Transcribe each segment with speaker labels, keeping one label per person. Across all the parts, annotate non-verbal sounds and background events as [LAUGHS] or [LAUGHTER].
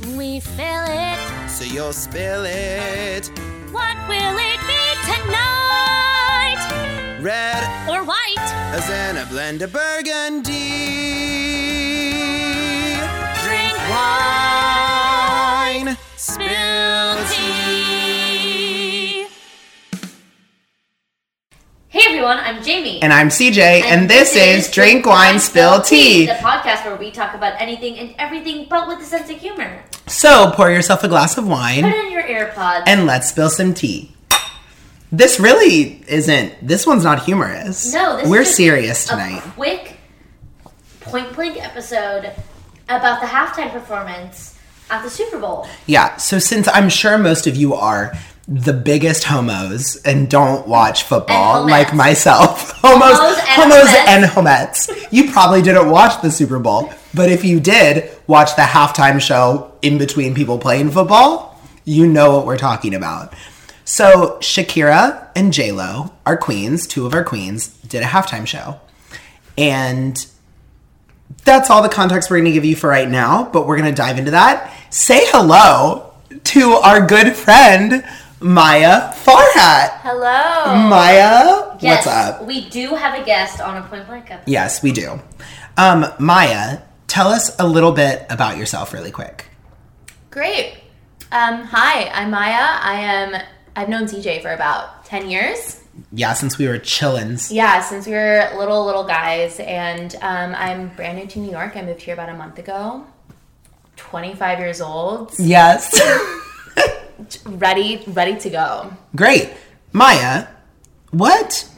Speaker 1: when we fill it.
Speaker 2: So you'll spill it.
Speaker 1: What will it be tonight?
Speaker 2: Red
Speaker 1: Or white?
Speaker 2: as in a blend of burgundy.
Speaker 1: Drink
Speaker 2: Wine.
Speaker 1: spill tea.
Speaker 3: Hey everyone, I'm Jamie.
Speaker 2: And I'm CJ, and, this is Drink Wine Spill Tea.
Speaker 3: the podcast where we talk about anything and everything, but with a sense of humor.
Speaker 2: So pour yourself a glass of
Speaker 3: Put
Speaker 2: wine
Speaker 3: in your AirPods.
Speaker 2: and let's spill some tea. This really isn't. This one's not humorous.
Speaker 3: no, this
Speaker 2: we're
Speaker 3: is just
Speaker 2: serious
Speaker 3: a
Speaker 2: tonight.
Speaker 3: quick point blank episode about the halftime performance at the Super Bowl.
Speaker 2: Yeah. So since I'm sure most of you are the biggest homos and don't watch football
Speaker 3: And homettes.
Speaker 2: like myself, [LAUGHS] homos,
Speaker 3: Homos and
Speaker 2: homos
Speaker 3: homettes.
Speaker 2: and homettes, you probably didn't watch the Super Bowl. But if you did watch the halftime show in between people playing football, you know what we're talking about. So Shakira and J Lo, our queens, two of our queens, did a halftime show, and that's all the context we're going to give you for right now, but we're going to dive into that. Say hello to our good friend, Maya Farhat.
Speaker 4: Oh,
Speaker 3: Hello.
Speaker 2: Maya,
Speaker 3: Yes,
Speaker 2: what's up?
Speaker 3: we do have a guest on a point blank episode.
Speaker 2: Yes, we do. Um, Maya, tell us a little bit about yourself really quick.
Speaker 4: Great. Um, hi, I'm Maya. I am. I've known CJ for about ten years.
Speaker 2: Yeah, since we were chillins.
Speaker 4: Yeah, since we were little little guys, and um, I'm brand new to New York. I moved here about a month ago. Twenty five years old,
Speaker 2: Yes.
Speaker 4: ready ready to go.
Speaker 2: [LAUGHS] Great. Maya, what,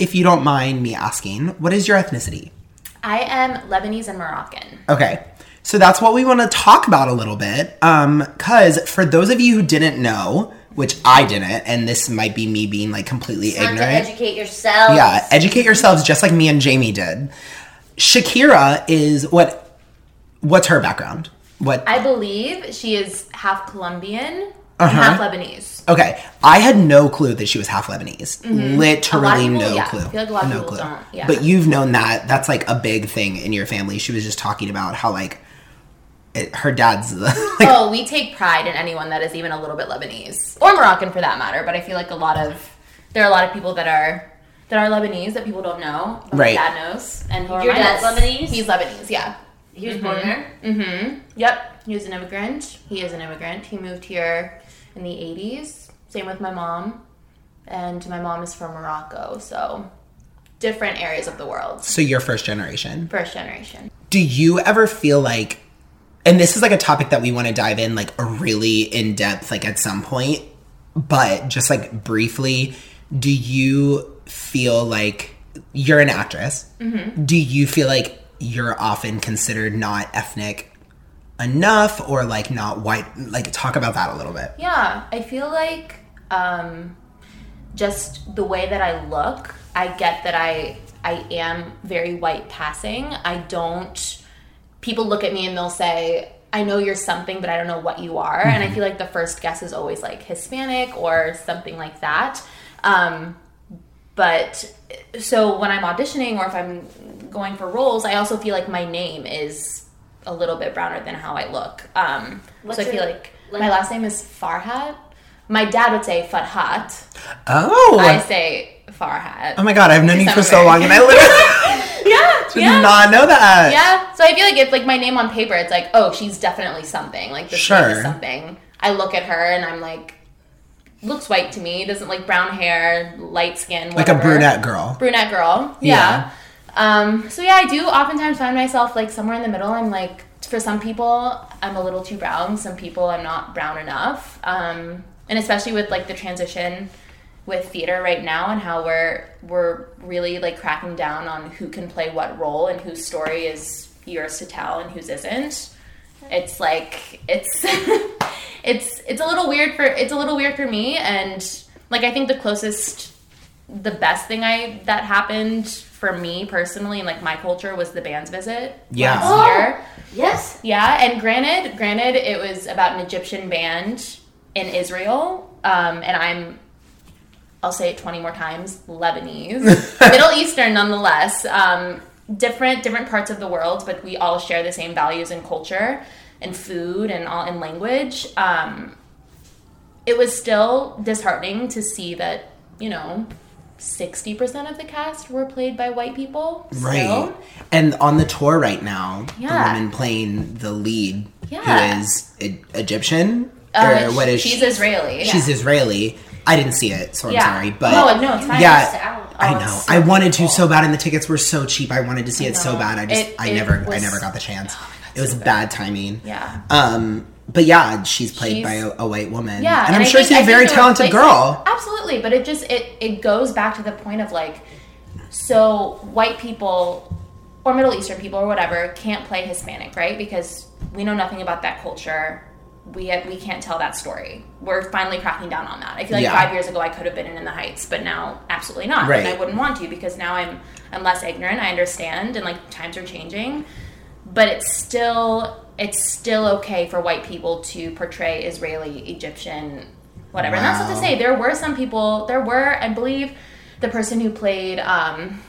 Speaker 2: if you don't mind me asking, what is your ethnicity?
Speaker 4: I am Lebanese and Moroccan.
Speaker 2: Okay. So that's what we want to talk about a little bit. Um, cause for those of you who didn't know, which I didn't, and this might be me being like completely
Speaker 3: Time to
Speaker 2: ignorant.
Speaker 3: educate yourselves.
Speaker 2: yeah, educate yourselves just like me and Jamie did. Shakira is what what's her background? What
Speaker 4: I believe she is half Colombian and
Speaker 2: Uh-huh.
Speaker 4: half Lebanese.
Speaker 2: Okay. I had no clue that she was half Lebanese. Literally
Speaker 4: Mm-hmm. A lot of people-
Speaker 2: no
Speaker 4: yeah,
Speaker 2: clue.
Speaker 4: I feel like a lot of
Speaker 2: no
Speaker 4: people don't, yeah.
Speaker 2: But you've known that. That's like a big thing in your family. She was just talking about how like it, her dad's the, [LAUGHS] like
Speaker 4: oh, we take pride in anyone that is even a little bit Lebanese or Moroccan for that matter. But I feel like a lot of there are a lot of people that are that are Lebanese that people don't know. But
Speaker 2: Right.
Speaker 4: My dad knows, and who are
Speaker 3: Your
Speaker 4: my
Speaker 3: dad's
Speaker 4: knows?
Speaker 3: Lebanese?
Speaker 4: He's Lebanese. Yeah.
Speaker 3: He was born there.
Speaker 4: Mm-hmm. Yep. He was an immigrant. He is an immigrant. He moved here in the '80s. Same with my mom, and my mom is from Morocco. So different areas of the world.
Speaker 2: so you're first generation.
Speaker 4: First generation.
Speaker 2: do you ever feel like and this is like a topic that we want to dive in like a really in depth like at some point but just like briefly do you feel like you're an actress
Speaker 4: Mm-hmm.
Speaker 2: do you feel like you're often considered not ethnic enough or like not white like talk about that a little bit
Speaker 4: Yeah, I feel like um, just the way that I look, I get that I I am very white passing. I don't. People look at me and they'll say, "I know you're something, but I don't know what you are." And I feel like the first guess is always like Hispanic or something like that. Um, but so when I'm auditioning or if I'm going for roles, I also feel like my name is a little bit browner than how I look. Um,
Speaker 3: What's
Speaker 4: so I feel
Speaker 3: your-
Speaker 4: like,
Speaker 3: like-
Speaker 4: my last name is Farhat. My dad would say Farhat.
Speaker 2: oh
Speaker 4: I say Farhat.
Speaker 2: oh my god i've known you for
Speaker 4: Sounds
Speaker 2: so long and i
Speaker 4: [LAUGHS]
Speaker 2: literally [LAUGHS]
Speaker 4: yeah,
Speaker 2: did
Speaker 4: yeah,
Speaker 2: not know that
Speaker 4: yeah. So I feel like if like my name on paper, it's like, oh, she's definitely something. Like this name
Speaker 2: Sure.
Speaker 4: is something. I look at her and I'm like, looks white to me. Doesn't like brown hair, light skin,
Speaker 2: like a
Speaker 4: whatever.
Speaker 2: brunette girl
Speaker 4: brunette girl.
Speaker 2: Yeah.
Speaker 4: Yeah. Um, so yeah, I do oftentimes find myself like somewhere in the middle. I'm like, for some people, I'm a little too brown. Some people, I'm not brown enough. Um, and especially with like the transition with theater right now and how we're we're really like cracking down on who can play what role and whose story is yours to tell and whose isn't. It's like it's [LAUGHS] it's it's a little weird for it's a little weird for me and like I think the closest the best thing I that happened for me personally and like my culture was the band's visit
Speaker 2: Yeah.
Speaker 4: last
Speaker 3: Oh.
Speaker 4: year.
Speaker 3: Yes.
Speaker 4: Yeah, and granted, granted, it was about an Egyptian band in Israel, um, and I'm. I'll say it 20 more times. Lebanese,
Speaker 2: [LAUGHS]
Speaker 4: Middle Eastern, nonetheless. Um, different different parts of the world, but we all share the same values and culture. and food and all and language, um, it was still disheartening to see that you know. 60% of the cast were played by white people.
Speaker 2: Right.
Speaker 4: still. Um,
Speaker 2: And on the tour right now,
Speaker 4: Yeah.
Speaker 2: the woman playing the lead,
Speaker 4: Yeah.
Speaker 2: who is E- Egyptian
Speaker 4: Uh,
Speaker 2: or what is
Speaker 4: she's
Speaker 2: she?
Speaker 4: Israeli.
Speaker 2: She's Israeli. I didn't see it, so I'm
Speaker 4: Yeah.
Speaker 2: sorry. But
Speaker 4: no, no, it's fine.
Speaker 2: Yeah.
Speaker 3: Missed out.
Speaker 2: I
Speaker 4: Oh,
Speaker 2: know.
Speaker 4: it's so
Speaker 2: I wanted to so bad, and the tickets were so cheap. I wanted to see it so
Speaker 4: know.
Speaker 2: bad. I just,
Speaker 4: It-
Speaker 2: I
Speaker 4: it
Speaker 2: never, I
Speaker 4: was- Oh,
Speaker 2: never got the chance. it was bad timing.
Speaker 4: Yeah.
Speaker 2: Um, but yeah, she's played by a,
Speaker 4: She's-
Speaker 2: a white woman.
Speaker 4: Yeah,
Speaker 2: and, I'm
Speaker 4: I
Speaker 2: sure
Speaker 4: think- I
Speaker 2: she's a
Speaker 4: think
Speaker 2: very
Speaker 4: there were
Speaker 2: talented
Speaker 4: places-
Speaker 2: girl.
Speaker 4: Absolutely, but it just it it goes back to the point of like, so white people or Middle Eastern people or whatever can't play Hispanic, right? Because we know nothing about that culture. We we can't tell that story. We're finally cracking down on that. I feel like
Speaker 2: Yeah.
Speaker 4: five years ago I could have been in, in the Heights, but now absolutely not, and I
Speaker 2: Right.
Speaker 4: wouldn't want to because now I'm I'm less ignorant. I understand, and like times are changing but it's still it's still okay for white people to portray Israeli, Egyptian, whatever. And that's not to
Speaker 2: Wow.
Speaker 4: say there were some people. There were, I believe, the person who played um,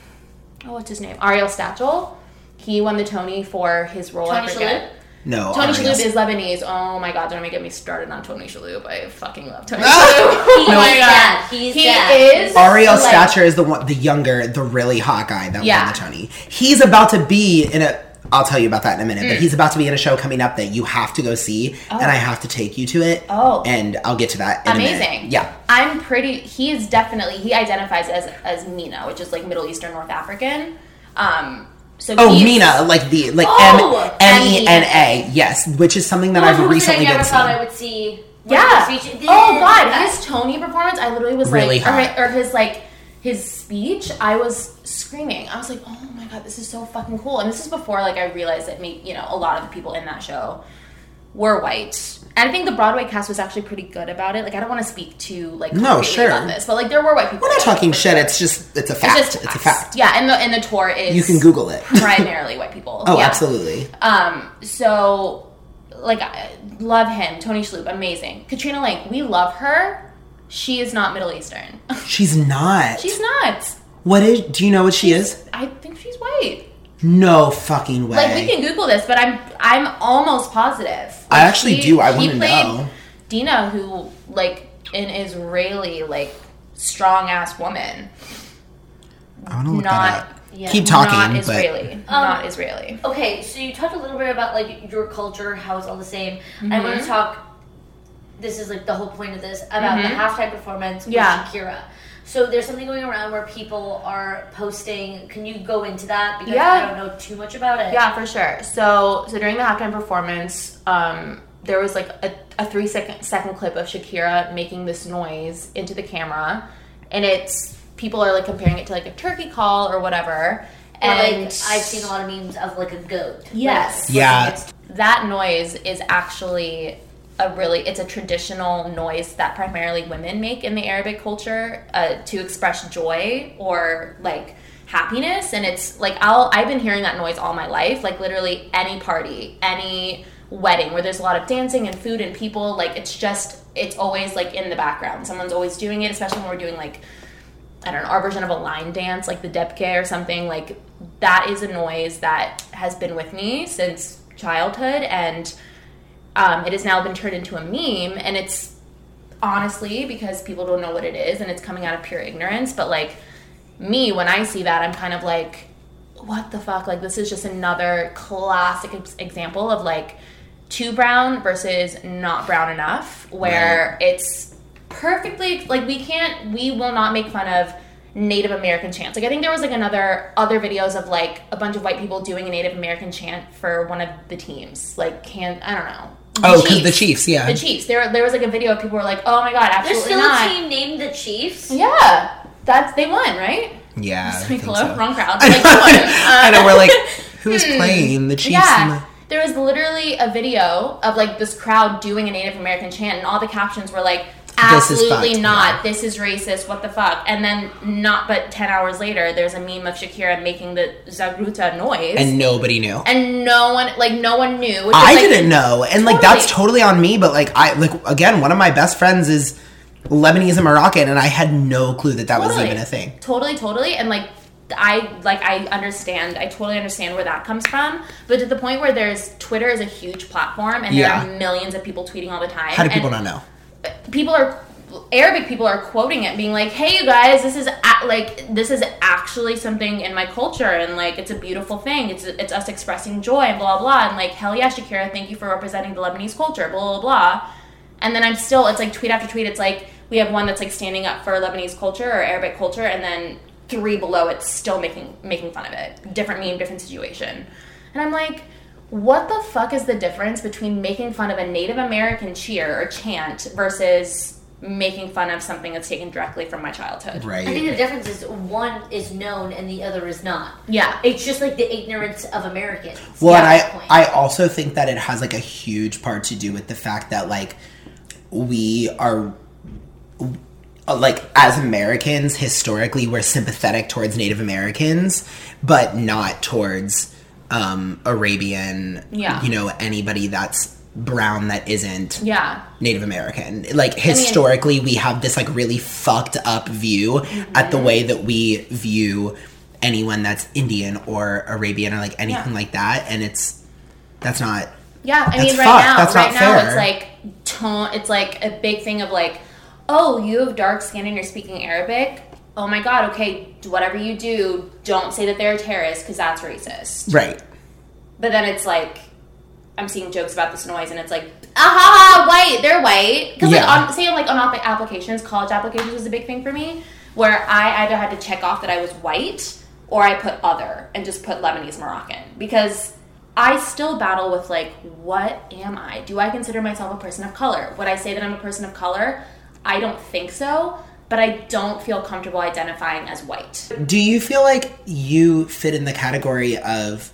Speaker 4: oh, what's his name, Ariel Stachel. He won the Tony for his role. I
Speaker 3: Tony
Speaker 4: forget.
Speaker 2: No,
Speaker 4: Tony
Speaker 2: Oh, Ariel.
Speaker 4: Shalhoub is Lebanese. Oh my god, don't even get me started on Tony Shalhoub. I fucking
Speaker 2: [LAUGHS]
Speaker 4: love Tony Shalhoub. oh
Speaker 3: No.
Speaker 4: my god,
Speaker 3: He's dead. He's
Speaker 4: he
Speaker 3: dead.
Speaker 4: is
Speaker 2: Ariel
Speaker 4: like-
Speaker 2: Stature is the one, the younger, the really hot guy that
Speaker 4: Yeah.
Speaker 2: won the Tony. He's about to be in a. I'll tell you about that in a minute, but he's about to be in a show coming up that you have to go see, and I have to take you to it.
Speaker 4: Oh.
Speaker 2: and I'll get to that. In a minute.
Speaker 4: amazing.
Speaker 2: yeah.
Speaker 4: I'm pretty. He is definitely. He identifies as as Mina, which is like Middle Eastern North African. Um. So
Speaker 2: Oh,
Speaker 4: he's-
Speaker 2: Mina, like the like
Speaker 3: Oh!
Speaker 2: M M E N A, yes, which is something that
Speaker 3: One
Speaker 2: I've
Speaker 3: movie that
Speaker 2: recently
Speaker 3: I never
Speaker 2: been
Speaker 3: thought I
Speaker 2: seeing.
Speaker 3: would see. was
Speaker 4: Yeah.
Speaker 3: this feature-
Speaker 4: Oh God, his Tony performance. I literally was
Speaker 2: Really
Speaker 4: like, or, hi-
Speaker 2: hot.
Speaker 4: or his like his speech. I was screaming. I was like, oh my God, this is so fucking cool. And this is before like I realized that me, you know, a lot of the people in that show were white. And I think the Broadway cast was actually pretty good about it. Like, I don't want to speak too like
Speaker 2: No,
Speaker 4: completely
Speaker 2: sure.
Speaker 4: about this, but like there were white people.
Speaker 2: We're not talking shit. It's just it's a fact. It's, a fact.
Speaker 4: Yeah, and the and the tour is
Speaker 2: You can Google it.
Speaker 4: primarily white people.
Speaker 2: [LAUGHS] oh,
Speaker 4: Yeah.
Speaker 2: absolutely.
Speaker 4: Um, so like I love him, Tony Shalhoub, amazing. Katrina Lake, we love her. She is not Middle Eastern. [LAUGHS]
Speaker 2: She's not.
Speaker 4: she's not.
Speaker 2: what is? Do you know what she is?
Speaker 4: I think she's white.
Speaker 2: No fucking way.
Speaker 4: Like we can Google this, but I'm I'm almost positive.
Speaker 2: I
Speaker 4: Like,
Speaker 2: actually
Speaker 4: she-
Speaker 2: do. I
Speaker 4: he
Speaker 2: wanna
Speaker 4: played
Speaker 2: know.
Speaker 4: Dina, who like an Israeli like strong ass woman,
Speaker 2: I want to look
Speaker 4: not-
Speaker 2: that up.
Speaker 3: yeah.
Speaker 2: Keep talking.
Speaker 4: not
Speaker 2: but
Speaker 4: Israeli, not Israeli.
Speaker 3: Okay, so you talked a little bit about like your culture, how it's all the same. I want
Speaker 4: Mm-hmm.
Speaker 3: to talk. This is like the whole point of this about the halftime performance with
Speaker 4: Mm-hmm. Yeah.
Speaker 3: Shakira. So there's something going around where people are posting. Can you go into that because
Speaker 4: Yeah.
Speaker 3: I don't know too much about it.
Speaker 4: Yeah, for sure. So so during the halftime performance, um, there was like a, a three second second clip of Shakira making this noise into the camera, and it's people are like comparing it to like a turkey call or whatever.
Speaker 3: Or,
Speaker 4: And
Speaker 3: like I've seen a lot of memes of like a goat.
Speaker 4: Yes.
Speaker 3: Like,
Speaker 2: Yeah.
Speaker 3: it's-
Speaker 4: that noise is actually a really it's a traditional noise that primarily women make in the arabic culture uh, to express joy or like happiness and it's like i'll i've been hearing that noise all my life like literally any party any wedding where there's a lot of dancing and food and people like it's just it's always like in the background someone's always doing it especially when we're doing like I don't know, our version of a line dance, like the Depke or something, like that is a noise that has been with me since childhood and um, it has now been turned into a meme and it's honestly because people don't know what it is and it's coming out of pure ignorance, but like me, when I see that, I'm kind of like, what the fuck? Like this is just another classic ex- example of like too brown versus not brown enough, where it's perfectly like we can't we will not make fun of Native American chants. Like I think there was like another other videos of like a bunch of white people doing a Native American chant for one of the teams. Like can I don't know. The
Speaker 2: Oh, 'cause the Chiefs, yeah.
Speaker 4: The Chiefs. There there was like a video of people were like, "Oh my god,
Speaker 3: There's
Speaker 4: absolutely
Speaker 3: still
Speaker 4: not."
Speaker 3: a team named the Chiefs.
Speaker 4: Yeah. That's they won, right?
Speaker 2: yeah. I
Speaker 4: Like,
Speaker 2: think [LAUGHS]
Speaker 4: hello,
Speaker 2: so.
Speaker 4: wrong crowd.
Speaker 2: I
Speaker 4: Like,
Speaker 2: know,
Speaker 4: come
Speaker 2: [LAUGHS]
Speaker 4: on. Um,
Speaker 2: I know, We're like,
Speaker 4: [LAUGHS]
Speaker 2: who's playing the Chiefs? and
Speaker 4: Hmm. Yeah.
Speaker 2: the-
Speaker 4: There was literally a video of like this crowd doing a Native American chant, and all the captions were like,
Speaker 2: This is
Speaker 4: absolutely
Speaker 2: fucked,
Speaker 4: not.
Speaker 2: yeah.
Speaker 4: This is racist. What the fuck? And then, not but 10 hours later, there's a meme of Shakira making the Zagruta noise.
Speaker 2: and nobody knew.
Speaker 4: and no one, like, no one knew. which
Speaker 2: I
Speaker 4: is, like,
Speaker 2: didn't know, and like that's
Speaker 4: totally.
Speaker 2: totally on me. But like I like again, one of my best friends is Lebanese and Moroccan, and I had no clue that that was
Speaker 4: Totally.
Speaker 2: even a thing.
Speaker 4: Totally, totally. And like I like I understand I totally understand where that comes from, but to the point where there's Twitter is a huge platform and there
Speaker 2: Yeah.
Speaker 4: are millions of people tweeting all the time.
Speaker 2: How do people
Speaker 4: and
Speaker 2: not know?
Speaker 4: People are Arabic people are quoting it, being like, "Hey, you guys, this is a- like this is actually something in my culture, and like it's a beautiful thing. It's it's us expressing joy and blah blah, and like hell yeah, Shakira, thank you for representing the Lebanese culture, blah blah blah." And then I'm still, it's like tweet after tweet. It's like we have one that's like standing up for Lebanese culture or Arabic culture, and then three below it's still making making fun of it. Different meme, different situation. And I'm like, what the fuck is the difference between making fun of a Native American cheer or chant versus making fun of something that's taken directly from my childhood?
Speaker 2: Right.
Speaker 3: I think the difference is one is known and the other is not.
Speaker 4: Yeah.
Speaker 3: It's just like the ignorance of Americans.
Speaker 2: Well,
Speaker 3: at that
Speaker 2: and
Speaker 3: point.
Speaker 2: I, I also think that it has like a huge part to do with the fact that like we are uh, like as Americans historically we're sympathetic towards Native Americans, but not towards um, Arabian.
Speaker 4: Yeah.
Speaker 2: you know anybody that's brown that isn't
Speaker 4: Yeah.
Speaker 2: Native American. Like historically, we have this like really fucked up view at
Speaker 4: Mm-hmm.
Speaker 2: the way that we view anyone that's Indian or Arabian or like anything
Speaker 4: Yeah.
Speaker 2: like that, and it's that's not
Speaker 4: Yeah, I mean,
Speaker 2: That's
Speaker 4: right
Speaker 2: fucked.
Speaker 4: now,
Speaker 2: That's
Speaker 4: right
Speaker 2: not
Speaker 4: now,
Speaker 2: fair.
Speaker 4: it's like tone. It's like a big thing of like, oh, you have dark skin and you're speaking Arabic. Oh my god. Okay, do whatever you do, don't say that they're a terrorist because that's racist.
Speaker 2: right.
Speaker 4: But then it's like, I'm seeing jokes about this noise, and it's like, aha, white. They're white. Because
Speaker 2: Yeah.
Speaker 4: like, on, say like on app- applications, college applications was a big thing for me, where I either had to check off that I was white or I put other and just put Lebanese Moroccan because I still battle with like, what am I? Do I consider myself a person of color? Would I say that I'm a person of color? I don't think so, but I don't feel comfortable identifying as white.
Speaker 2: Do you feel like you fit in the category of?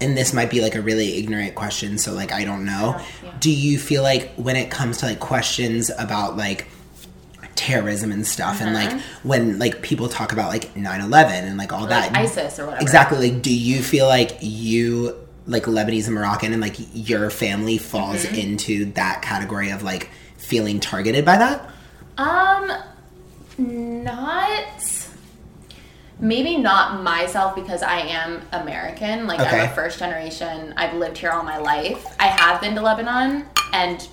Speaker 2: And this might be like a really ignorant question, so like I don't know.
Speaker 4: Yeah.
Speaker 2: Do you feel like when it comes to like questions about like terrorism and stuff, and like when like people talk about like 9 11 and like all
Speaker 4: Mm-hmm. Like
Speaker 2: that,
Speaker 4: ISIS or whatever.
Speaker 2: Exactly. Like, do you feel like you, like Lebanese and Moroccan, and like your family falls into that category of like feeling targeted by that?
Speaker 4: Um, not. Maybe not myself because I am American. Like I'm
Speaker 2: Okay.
Speaker 4: a first generation. I've lived here all my life. I have been to Lebanon, and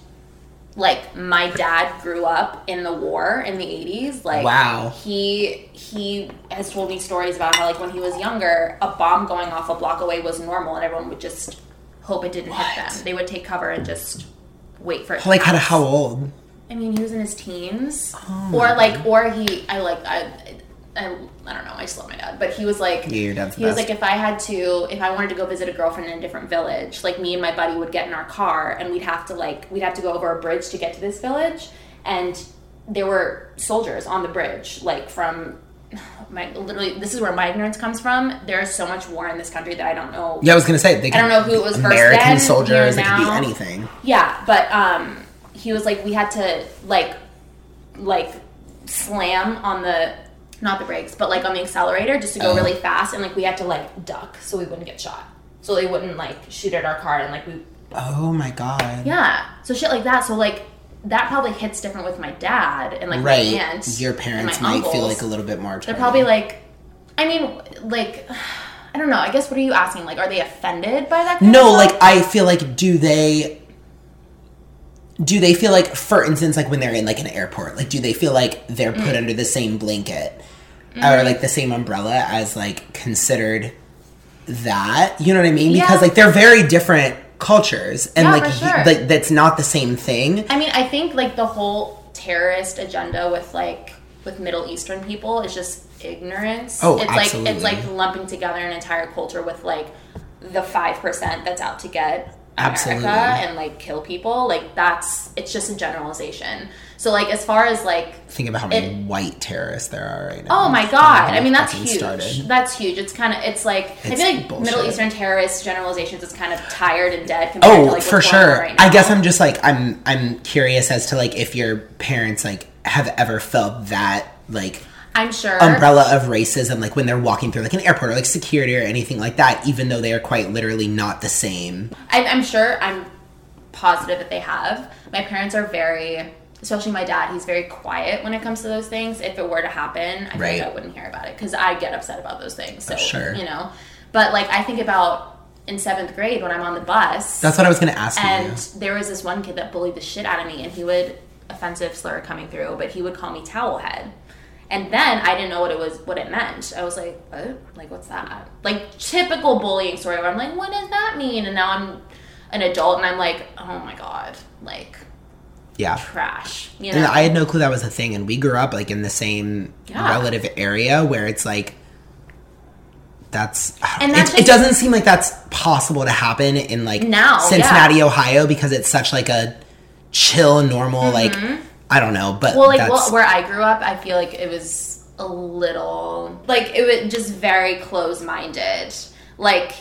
Speaker 4: like my dad grew up in the war in the 80s. Like
Speaker 2: Wow.
Speaker 4: he he has told me stories about how like when he was younger, a bomb going off a block away was normal, and everyone would just hope it didn't hit them. They would take cover and just wait for it. to
Speaker 2: Like, how,
Speaker 4: pass.
Speaker 2: how old?
Speaker 4: I mean, he was in his teens,
Speaker 2: Oh
Speaker 4: or like, or he, I like, I, I, I don't know. I just love my dad, but he was like,
Speaker 2: Yeah, your dad's the
Speaker 4: he was
Speaker 2: best.
Speaker 4: like, if I had to, if I wanted to go visit a girlfriend in a different village, like me and my buddy would get in our car and we'd have to like, we'd have to go over a bridge to get to this village, and there were soldiers on the bridge, like from. [SIGHS] My literally, this is where my ignorance comes from. There is so much war in this country that I don't know.
Speaker 2: Yeah, I was gonna say. They
Speaker 4: I don't know who it was first
Speaker 2: American
Speaker 4: then,
Speaker 2: soldiers.
Speaker 4: here
Speaker 2: It could be
Speaker 4: now.
Speaker 2: anything.
Speaker 4: Yeah, but um, he was like, we had to like, like, slam on the not the brakes, but like on the accelerator just to go
Speaker 2: Oh.
Speaker 4: really fast, and like we had to like duck so we wouldn't get shot, so they wouldn't like shoot at our car, and like we
Speaker 2: Oh my god.
Speaker 4: yeah, so shit like that. So like that probably hits different with my dad and like
Speaker 2: Right.
Speaker 4: my aunt.
Speaker 2: Your
Speaker 4: and my
Speaker 2: parents might feel
Speaker 4: uncles.
Speaker 2: like a little bit more.
Speaker 4: They're
Speaker 2: targeted.
Speaker 4: probably like, I mean, like, [SIGHS] I don't know. I guess what are you asking? Like, are they offended by that? Kind
Speaker 2: No,
Speaker 4: of stuff?
Speaker 2: like I feel like do they do they feel like for instance like when they're in like an airport, like do they feel like they're
Speaker 4: Mm.
Speaker 2: put under the same blanket or like the same umbrella as like considered that? You know what I mean?
Speaker 4: Yeah.
Speaker 2: Because like they're very different cultures and
Speaker 4: Yeah,
Speaker 2: like,
Speaker 4: for
Speaker 2: y-
Speaker 4: sure.
Speaker 2: like that's not the same thing.
Speaker 4: I mean, I think like the whole terrorist agenda with like with Middle Eastern people is just ignorance.
Speaker 2: Oh,
Speaker 4: it's like
Speaker 2: absolutely.
Speaker 4: it's like lumping together an entire culture with like the five percent that's out to get
Speaker 2: Absolutely.
Speaker 4: America and like kill people. Like that's it's just a generalization. So like as far as like
Speaker 2: Think about how many
Speaker 4: It-
Speaker 2: white terrorists there are right now.
Speaker 4: Oh my
Speaker 2: Just kinda
Speaker 4: god!
Speaker 2: how
Speaker 4: I mean, that's
Speaker 2: fucking
Speaker 4: huge. That's huge. It's kind of it's like I
Speaker 2: It's
Speaker 4: feel like
Speaker 2: bullshit.
Speaker 4: Middle Eastern terrorist generalizations is kind of tired and dead. Compared
Speaker 2: Oh,
Speaker 4: to, like,
Speaker 2: for
Speaker 4: what's going on
Speaker 2: sure.
Speaker 4: Right
Speaker 2: I
Speaker 4: now.
Speaker 2: guess I'm just like I'm I'm curious as to like if your parents like have ever felt that like
Speaker 4: I'm sure.
Speaker 2: umbrella of racism like when they're walking through like an airport or like security or anything like that even though they are quite literally not the same.
Speaker 4: I, I'm sure I'm positive that they have. My parents are very especially my dad, he's very quiet when it comes to those things. If it were to happen, I think
Speaker 2: Right. Oh,
Speaker 4: I wouldn't hear about it because I get upset about those things. So,
Speaker 2: sure.
Speaker 4: you know, but like I think about in seventh grade when I'm on the bus
Speaker 2: That's what I was going to ask
Speaker 4: and
Speaker 2: you.
Speaker 4: there was this one kid that bullied the shit out of me and he would offensive slur coming through but he would call me towel head and then i didn't know what it was what it meant i was like what like what's that like typical bullying story where i'm like what does that mean and now i'm an adult and i'm like oh my god like
Speaker 2: Yeah.
Speaker 4: trash you know
Speaker 2: And I had no clue that was a thing. And we grew up like in the same
Speaker 4: Yeah.
Speaker 2: relative area where it's like, that's,
Speaker 4: And
Speaker 2: it,
Speaker 4: that's
Speaker 2: it
Speaker 4: just-
Speaker 2: doesn't seem like that's possible to happen in like
Speaker 4: Now, yeah.
Speaker 2: Cincinnati, Ohio, because it's such like a chill, normal, like, I don't know, but
Speaker 4: Mm-hmm. well like
Speaker 2: that's,
Speaker 4: well, where i grew up i feel like it was a little like it was just very close-minded like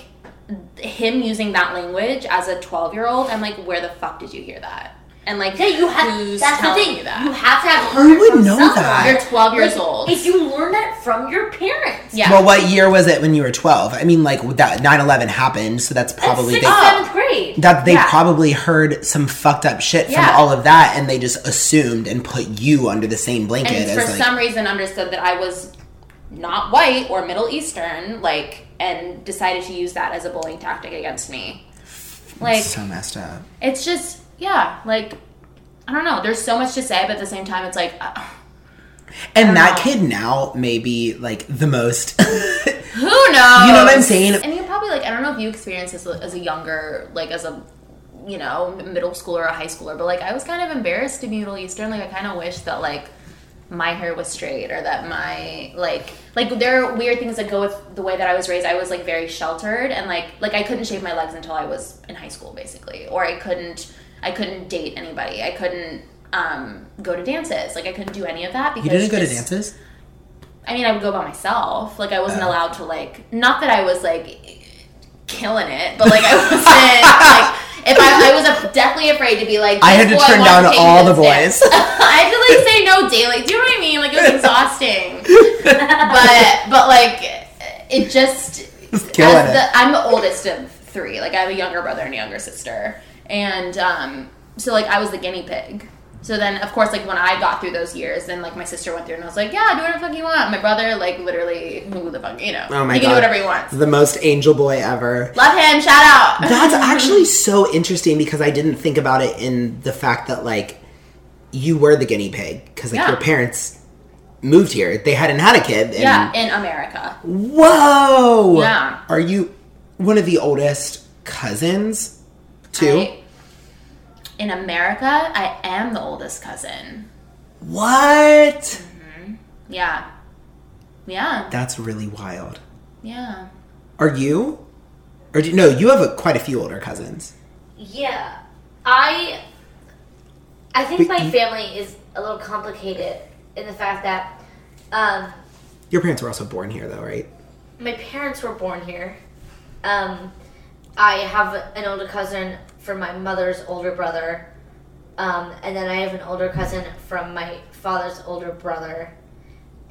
Speaker 4: him using that language as a 12 year old i'm like where the fuck did you hear that and like
Speaker 3: Yeah, you have.
Speaker 4: who's
Speaker 3: That's the
Speaker 4: telling
Speaker 3: thing.
Speaker 4: you
Speaker 3: You
Speaker 4: that
Speaker 3: have to have.
Speaker 2: Who
Speaker 3: learned
Speaker 2: would
Speaker 3: from
Speaker 2: know
Speaker 3: someone.
Speaker 2: that?
Speaker 4: you're 12 years
Speaker 3: Like,
Speaker 4: old
Speaker 3: If you learn that from your parents,
Speaker 4: yeah
Speaker 2: Well, what year was it when you were 12? I mean, like, that 9 11 happened, so that's
Speaker 3: that's
Speaker 2: probably
Speaker 3: sixth,
Speaker 2: they-
Speaker 3: seventh grade.
Speaker 2: that they
Speaker 4: Yeah.
Speaker 2: probably heard some fucked up shit
Speaker 4: Yeah.
Speaker 2: from all of that and they just assumed and put you under the same blanket
Speaker 4: and for
Speaker 2: as like
Speaker 4: some reason understood that i was not white or middle eastern like and decided to use that as a bullying tactic against me like
Speaker 2: so messed up.
Speaker 4: it's just yeah like i don't know there's so much to say but at the same time it's like uh,
Speaker 2: And that
Speaker 4: know.
Speaker 2: kid now may be like the most [LAUGHS]
Speaker 4: who knows
Speaker 2: You know what I'm saying?
Speaker 4: and you probably like i don't know if you experienced this as a younger like as a you know middle schooler or high schooler but like i was kind of embarrassed to be middle eastern like i kind of wish that like my hair was straight or that my like like there are weird things that go with the way that i was raised i was like very sheltered and like like i couldn't shave my legs until i was in high school basically or i couldn't i couldn't date anybody i couldn't um go to dances like i couldn't do any of that because
Speaker 2: You didn't go to
Speaker 4: just- [LAUGHS]
Speaker 2: dances?
Speaker 4: I mean, I would go by myself. Like, I wasn't allowed to, like, not that I was, like, killing it, but, like,
Speaker 2: [LAUGHS]
Speaker 4: I wasn't, like, if I, I was a, definitely afraid to be, like,
Speaker 2: I had to
Speaker 4: "Boy,
Speaker 2: turn
Speaker 4: wanna
Speaker 2: down
Speaker 4: take you
Speaker 2: all
Speaker 4: to
Speaker 2: the boys.
Speaker 4: this dance." [LAUGHS] I had to, like, say no daily. Do you know what I mean? Like,
Speaker 2: [LAUGHS]
Speaker 4: it was exhausting. but, but, like, it just,
Speaker 2: Killing
Speaker 4: as
Speaker 2: it.
Speaker 4: the- I'm the oldest of three. Like I have a younger brother and a younger sister, and um, so like I was the guinea pig. So then, of course, like when I got through those years, then like my sister went through, and I was like, "Yeah, do whatever the fuck you want." My brother, like literally, who the fuck, you know,
Speaker 2: Oh my
Speaker 4: he can
Speaker 2: God.
Speaker 4: do whatever he wants.
Speaker 2: The most angel boy ever.
Speaker 4: Love him. Shout out. [LAUGHS]
Speaker 2: That's actually so interesting because I didn't think about it in the fact that like you were the guinea pig because like
Speaker 4: Yeah.
Speaker 2: your parents moved here. They hadn't had a kid. And
Speaker 4: yeah, in America.
Speaker 2: Whoa!
Speaker 4: Yeah.
Speaker 2: Are you one of the oldest cousins? Too.
Speaker 4: I- in America, I am the oldest cousin.
Speaker 2: What?
Speaker 4: Yeah, yeah,
Speaker 2: That's really wild. [LAUGHS]
Speaker 4: yeah.
Speaker 2: Are you? Or do, no, you have a, quite a few older cousins.
Speaker 3: Yeah, I. I think
Speaker 2: But
Speaker 3: my
Speaker 2: you-
Speaker 3: family is a little complicated in the fact that um,
Speaker 2: Your parents were also born here, though, right?
Speaker 3: my parents were born here. Um, I have an older cousin from my mother's older brother, um, and then I have an older cousin from my father's older brother,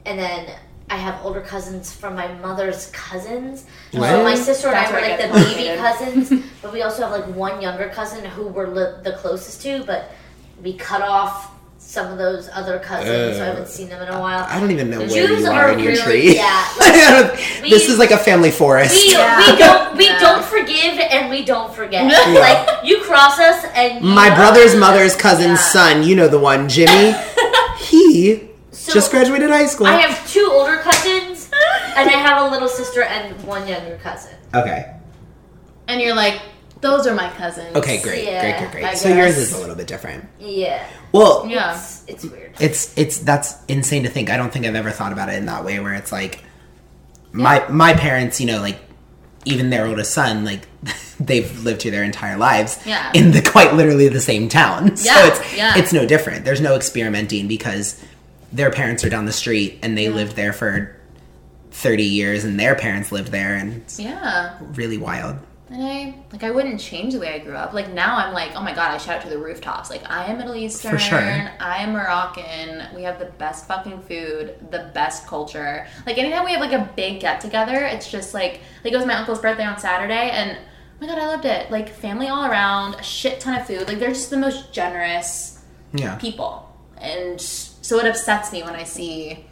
Speaker 3: and then I have older cousins from my mother's cousins. So
Speaker 2: What?
Speaker 3: my sister and
Speaker 4: That's
Speaker 3: I were
Speaker 4: where
Speaker 3: like
Speaker 4: it
Speaker 3: the
Speaker 4: gets
Speaker 3: baby
Speaker 4: [LAUGHS]
Speaker 3: cousins, but we also have like one younger cousin who we're li- the closest to, but we cut off some of those other cousins, so I haven't seen them in a while.
Speaker 2: I don't even know where
Speaker 3: Jews
Speaker 2: you
Speaker 3: are
Speaker 2: are in your
Speaker 3: really-
Speaker 2: tree. [LAUGHS]
Speaker 3: yeah.
Speaker 2: this is like a family forest.
Speaker 3: We,
Speaker 4: Yeah.
Speaker 3: we don't we
Speaker 4: Yeah.
Speaker 3: don't forgive and we don't forget. [LAUGHS] Like you cross us and you-
Speaker 2: My brother's mother's cousin's
Speaker 4: Yeah.
Speaker 2: son, you know the
Speaker 3: [LAUGHS]
Speaker 2: one, Jimmy. he
Speaker 3: So,
Speaker 2: just graduated high school.
Speaker 3: I have two older cousins and I have a little sister and one younger cousin.
Speaker 2: okay.
Speaker 4: And you're like, those are my cousins.
Speaker 2: Okay, great,
Speaker 3: Yeah,
Speaker 2: great, great,
Speaker 4: I
Speaker 2: great. So yours
Speaker 4: guess.
Speaker 2: is a little bit different.
Speaker 3: Yeah,
Speaker 2: Well,
Speaker 4: Yeah.
Speaker 3: it's, it's weird.
Speaker 2: it's it's that's insane to think. I don't think I've ever thought about it in that way where it's like my my parents, you know, like even their oldest son, like [LAUGHS] they've lived here their entire lives
Speaker 4: Yeah.
Speaker 2: in the quite literally the same town. [LAUGHS] So
Speaker 4: Yeah,
Speaker 2: it's
Speaker 4: yeah.
Speaker 2: it's no different. There's no experimenting because their parents are down the street and they lived there for 30 years and their parents lived there and it's
Speaker 4: Yeah.
Speaker 2: really wild.
Speaker 4: And I like I wouldn't change the way I grew up. Like now I'm like, oh my god, I shout to the rooftops. Like I am Middle Eastern,
Speaker 2: sure.
Speaker 4: I am Moroccan. We have the best fucking food, the best culture. Like anytime we have like a big get together, it's just like like it was my uncle's birthday on Saturday and oh my god, I loved it. Like family all around, a shit ton of food. Like they're just the most generous
Speaker 2: Yeah.
Speaker 4: people. and so it upsets me when I see,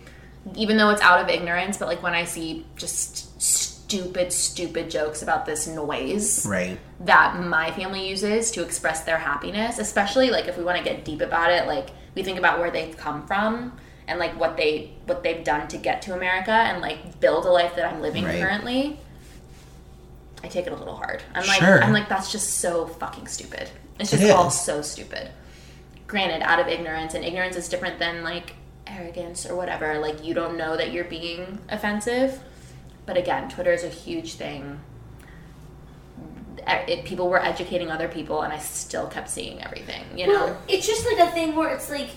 Speaker 4: even though it's out of ignorance, but like when I see just stupid, stupid jokes about this noise
Speaker 2: Right.
Speaker 4: that my family uses to express their happiness, especially like if we want to get deep about it, like we think about where they've come from and like what they what they've done to get to America and like build a life that I'm living
Speaker 2: Right.
Speaker 4: currently. I take it a little hard. I'm like
Speaker 2: Sure.
Speaker 4: I'm like that's just so fucking stupid. It's
Speaker 2: It
Speaker 4: just all
Speaker 2: is.
Speaker 4: so stupid. Granted, out of ignorance and ignorance is different than like arrogance or whatever. Like you don't know that you're being offensive. But again, Twitter is a huge thing E, it, people were educating other people, and I still kept seeing everything. You
Speaker 2: [GASPS]
Speaker 4: know,
Speaker 3: Well, it's just like a thing where it's like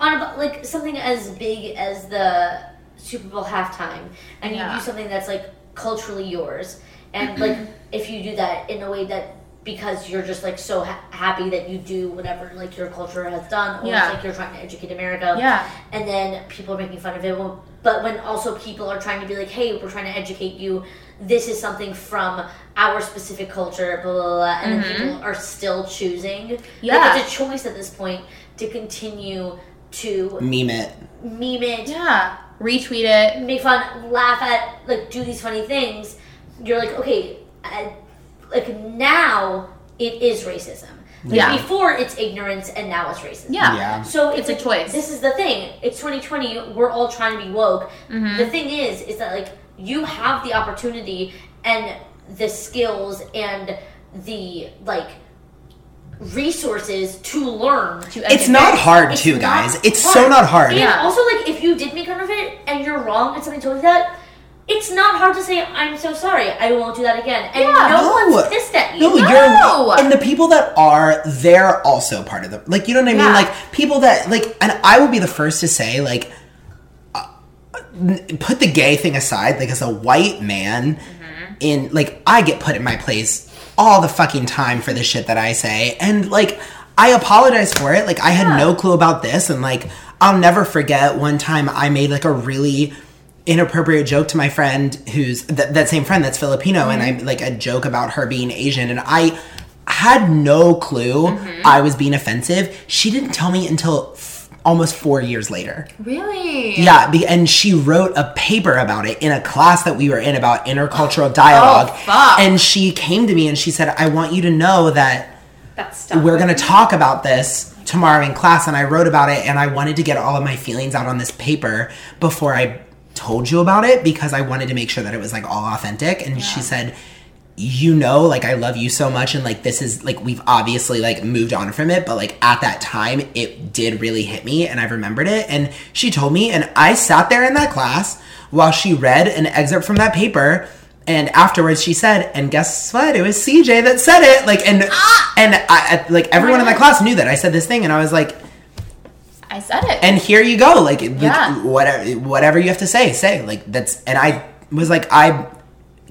Speaker 3: on about like something as big as the Super Bowl halftime, and
Speaker 4: Yeah.
Speaker 3: you do something that's like culturally yours, and
Speaker 4: [CLEARS THROAT]
Speaker 3: like if you do that in a way that because you're just like so ha- happy that you do whatever like your culture has done, or
Speaker 4: Yeah.
Speaker 3: it's like you're trying to educate America,
Speaker 4: Yeah.
Speaker 3: and then people are making fun of it. Well, But when also people are trying to be like, hey, we're trying to educate you. This is something from our specific culture, blah, blah, blah. And then people are still choosing.
Speaker 4: Mm-hmm. Yeah.
Speaker 3: Like, it's a choice at this point to continue to
Speaker 2: Meme it.
Speaker 3: meme it,
Speaker 4: yeah, retweet it.
Speaker 3: make fun, laugh at, like, do these funny things. You're like, okay, I, like, now it is racism. Like,
Speaker 4: Yeah.
Speaker 3: Before it's ignorance, and now it's racism.
Speaker 4: Yeah,
Speaker 2: Yeah.
Speaker 3: So
Speaker 4: It's
Speaker 3: like,
Speaker 4: a choice.
Speaker 3: This is the thing. It's 2020. We're all trying to be woke.
Speaker 4: Mm-hmm.
Speaker 3: The thing is, is that like you have the opportunity and the skills and the like resources to learn.
Speaker 4: To
Speaker 2: It's
Speaker 4: educate.
Speaker 2: not hard,
Speaker 3: It's
Speaker 2: too,
Speaker 3: not
Speaker 2: guys. It's
Speaker 3: hard.
Speaker 2: so not hard.
Speaker 3: And
Speaker 4: Yeah.
Speaker 3: also, like if you did make fun of it and you're wrong and somebody told you that. It's not hard to say I'm so sorry. I won't do that again. And
Speaker 4: Yeah.
Speaker 3: no,
Speaker 2: No.
Speaker 3: one's pissed at you.
Speaker 2: No,
Speaker 4: No!
Speaker 2: you're and the people that are, they're also part of the like. You know what I mean?
Speaker 4: Yeah.
Speaker 2: Like people that like, and I will be the first to say like, uh, n- put the gay thing aside. Like as a white man, in like I get put in my place all the fucking time for the shit that I say, and like I apologize for it. Like I had no clue about this, and like I'll never forget one time I made like a really inappropriate joke to my friend who's th- that same friend that's Filipino, and I like a joke about her being Asian, and I had no clue I was being offensive. She didn't tell me until. f- Almost four years later.
Speaker 4: really.
Speaker 2: Yeah, be- and she wrote a paper about it in a class that we were in about intercultural dialogue.
Speaker 4: fuck.
Speaker 2: And she came to me and she said, "I want you to know that
Speaker 4: that's stuff.
Speaker 2: we're going to talk about this tomorrow in class." And I wrote about it, and I wanted to get all of my feelings out on this paper before I told you about it because I wanted to make sure that it was like all authentic. And she said. You know, like I love you so much, and like this is like we've obviously like moved on from it, but like at that time it did really hit me and I remembered it. And she told me, and I sat there in that class while she read an excerpt from that paper. And afterwards, she said, "And guess what? It was CJ that said it." Like, and and I, I- like everyone in the class knew that I said this thing, and I was like,
Speaker 4: I said it.
Speaker 2: "And here you go, like, like,
Speaker 4: Yeah.
Speaker 2: whatever, whatever you have to say, say." Like that's, and I was like, I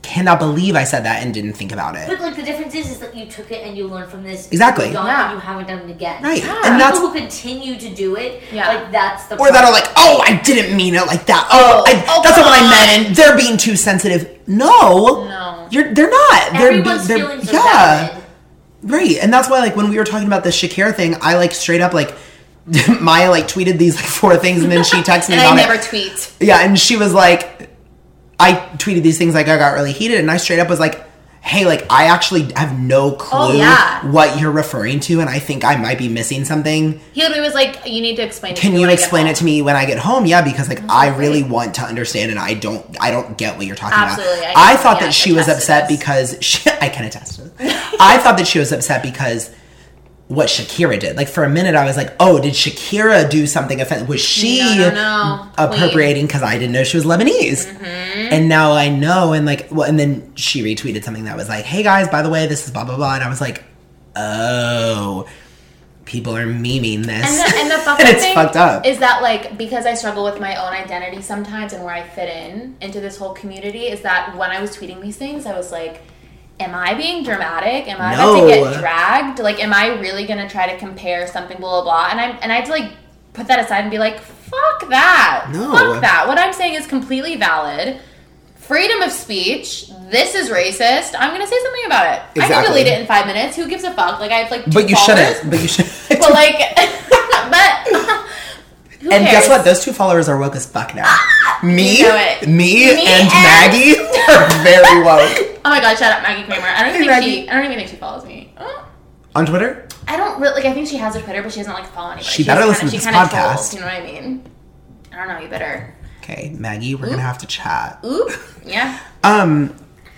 Speaker 2: cannot believe I said that and didn't think about it.
Speaker 3: But like the difference is, is that you took it and you learned from this.
Speaker 2: Exactly.
Speaker 3: You, don't,
Speaker 4: Yeah.
Speaker 3: and you haven't done it again.
Speaker 2: Right,
Speaker 4: Yeah.
Speaker 2: and that's
Speaker 3: people who continue to do it,
Speaker 4: Yeah.
Speaker 3: like that's the
Speaker 2: or that are like, oh, I didn't mean it like that. Oh, I,
Speaker 4: Oh,
Speaker 2: that's not what I
Speaker 4: God.
Speaker 2: meant. And they're being too sensitive. No,
Speaker 4: No.
Speaker 2: you're they're not. They're,
Speaker 3: everyone's
Speaker 2: they're
Speaker 3: feelings are
Speaker 2: yeah,
Speaker 3: valid.
Speaker 2: right. And that's why, like, when we were talking about the Shakira thing, I like straight up like. [LAUGHS] Maya like tweeted these like four things and then she texted me
Speaker 4: and I
Speaker 2: about
Speaker 4: never
Speaker 2: it.
Speaker 4: tweet.
Speaker 2: yeah, and she was like, I tweeted these things like I got really heated and I straight up was like, hey, like I actually have no clue
Speaker 4: Oh, yeah.
Speaker 2: what you're referring to and I think I might be missing something
Speaker 4: He literally was like, "You need to explain." it
Speaker 2: can
Speaker 4: to me
Speaker 2: you
Speaker 4: when I get
Speaker 2: explain
Speaker 4: home."
Speaker 2: it to me when I get home? Yeah, because like I really want to understand, and I don't, I don't get what you're talking
Speaker 4: Absolutely,
Speaker 2: about. I
Speaker 4: I can-
Speaker 2: thought that
Speaker 4: yes,
Speaker 2: she was
Speaker 4: attest to
Speaker 2: upset
Speaker 4: this.
Speaker 2: because [LAUGHS] she, I can attest to
Speaker 4: [LAUGHS]
Speaker 2: this. I thought that she was upset because what Shakira did. Like for a minute, I was like, oh, did Shakira do something offensive? Was she
Speaker 4: No, no, no.
Speaker 2: appropriating because I didn't know she was Lebanese?
Speaker 4: Mm-hmm.
Speaker 2: And now I know, and like, well, and then she retweeted something that was like, hey guys, by the way, this is blah blah blah, and I was like, oh. People are memeing this,
Speaker 4: And
Speaker 2: [LAUGHS]
Speaker 4: the, and the fucked up
Speaker 2: it's
Speaker 4: thing
Speaker 2: fucked up.
Speaker 4: is that like because I struggle with my own identity sometimes and where I fit in into this whole community is that when I was tweeting these things, I was like, "Am I being dramatic? Am I about
Speaker 2: No.
Speaker 4: to get dragged? Like, am I really gonna try to compare something blah blah blah?" And I and I had to like put that aside and be like, "Fuck that!
Speaker 2: No.
Speaker 4: Fuck that! What I'm saying is completely valid." Freedom of speech. This is racist. I'm gonna say something about it. I can
Speaker 2: Exactly.
Speaker 4: delete it in five minutes. Who gives a fuck? Like I have like. two
Speaker 2: But you
Speaker 4: followers.
Speaker 2: shouldn't. But you should.
Speaker 4: [LAUGHS] But [LAUGHS] like, but Who
Speaker 2: and
Speaker 4: cares? Ah,
Speaker 2: guess what? Those two followers are woke as fuck now. Me,
Speaker 4: You know it.
Speaker 2: me,
Speaker 4: Me
Speaker 2: and
Speaker 4: and- [LAUGHS]
Speaker 2: Maggie are very woke
Speaker 4: Oh my god, shout out Maggie Kramer. I don't
Speaker 2: Hey,
Speaker 4: think
Speaker 2: Maggie.
Speaker 4: she I don't even think she follows me. Oh.
Speaker 2: on Twitter.
Speaker 4: I don't really like I think she has a Twitter, but she doesn't like follow anybody.
Speaker 2: She better
Speaker 4: just
Speaker 2: listen
Speaker 4: kinda,
Speaker 2: to
Speaker 4: she
Speaker 2: this
Speaker 4: kinda
Speaker 2: podcast.
Speaker 4: Trolls, you know what I mean? I don't know, you better.
Speaker 2: Okay, Maggie, we're gonna have to chat.
Speaker 4: Oop.
Speaker 2: [LAUGHS]
Speaker 4: Yeah.
Speaker 2: Um,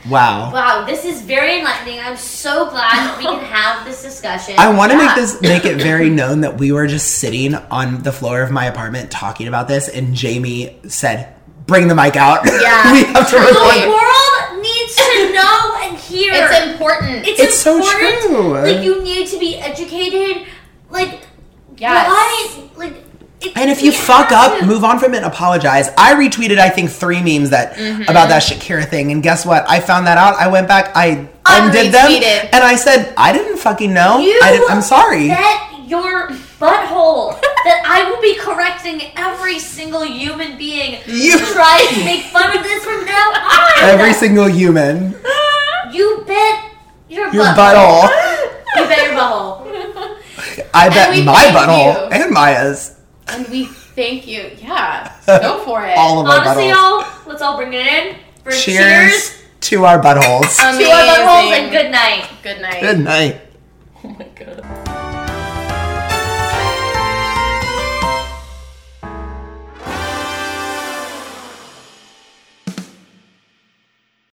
Speaker 2: wow.
Speaker 3: Wow, this is very enlightening. I'm so glad we
Speaker 4: [LAUGHS]
Speaker 3: can have this discussion.
Speaker 2: I want to
Speaker 4: Yeah.
Speaker 2: make this make it very known that we were just sitting on the floor of my apartment talking about this, and Jamie said, "Bring the mic out. [LAUGHS]
Speaker 4: Yeah.
Speaker 2: we have to
Speaker 3: the
Speaker 2: record."
Speaker 3: world needs to know and hear.
Speaker 4: It's important.
Speaker 3: It's,
Speaker 2: It's so
Speaker 3: important.
Speaker 2: true.
Speaker 3: Like you need to be educated. Like
Speaker 4: Yes.
Speaker 3: why? Like. it-
Speaker 2: And if you
Speaker 3: we
Speaker 2: fuck
Speaker 3: have
Speaker 2: up,
Speaker 3: to-
Speaker 2: move on from it and apologize. I retweeted, I think, three memes that
Speaker 4: Mm-hmm.
Speaker 2: about that Shakira thing, and guess what? I found that out. I went back, I undid them,
Speaker 4: Unretweeted.
Speaker 2: and I said, I didn't fucking know.
Speaker 3: You
Speaker 2: I didn't, I'm sorry.
Speaker 3: Bet your butthole that I will be correcting every single human being
Speaker 2: You-
Speaker 3: who tries to make fun of this from now on.
Speaker 2: Every single human,
Speaker 3: you bet your,
Speaker 2: your
Speaker 3: butthole.
Speaker 2: butthole.
Speaker 3: You bet your butthole. [LAUGHS]
Speaker 2: I
Speaker 4: we
Speaker 2: bet my
Speaker 4: thank
Speaker 2: butthole
Speaker 4: you.
Speaker 2: and Maya's.
Speaker 4: and we thank you.
Speaker 2: [LAUGHS]
Speaker 4: Yeah. Go for it.
Speaker 2: All of our
Speaker 3: Honestly,
Speaker 2: buttholes.
Speaker 3: y'all, let's all bring it in for
Speaker 2: Cheers,
Speaker 3: cheers, Um,
Speaker 2: to our buttholes.
Speaker 3: to our buttholes and good night.
Speaker 4: good night.
Speaker 2: Good night.
Speaker 4: Oh my god.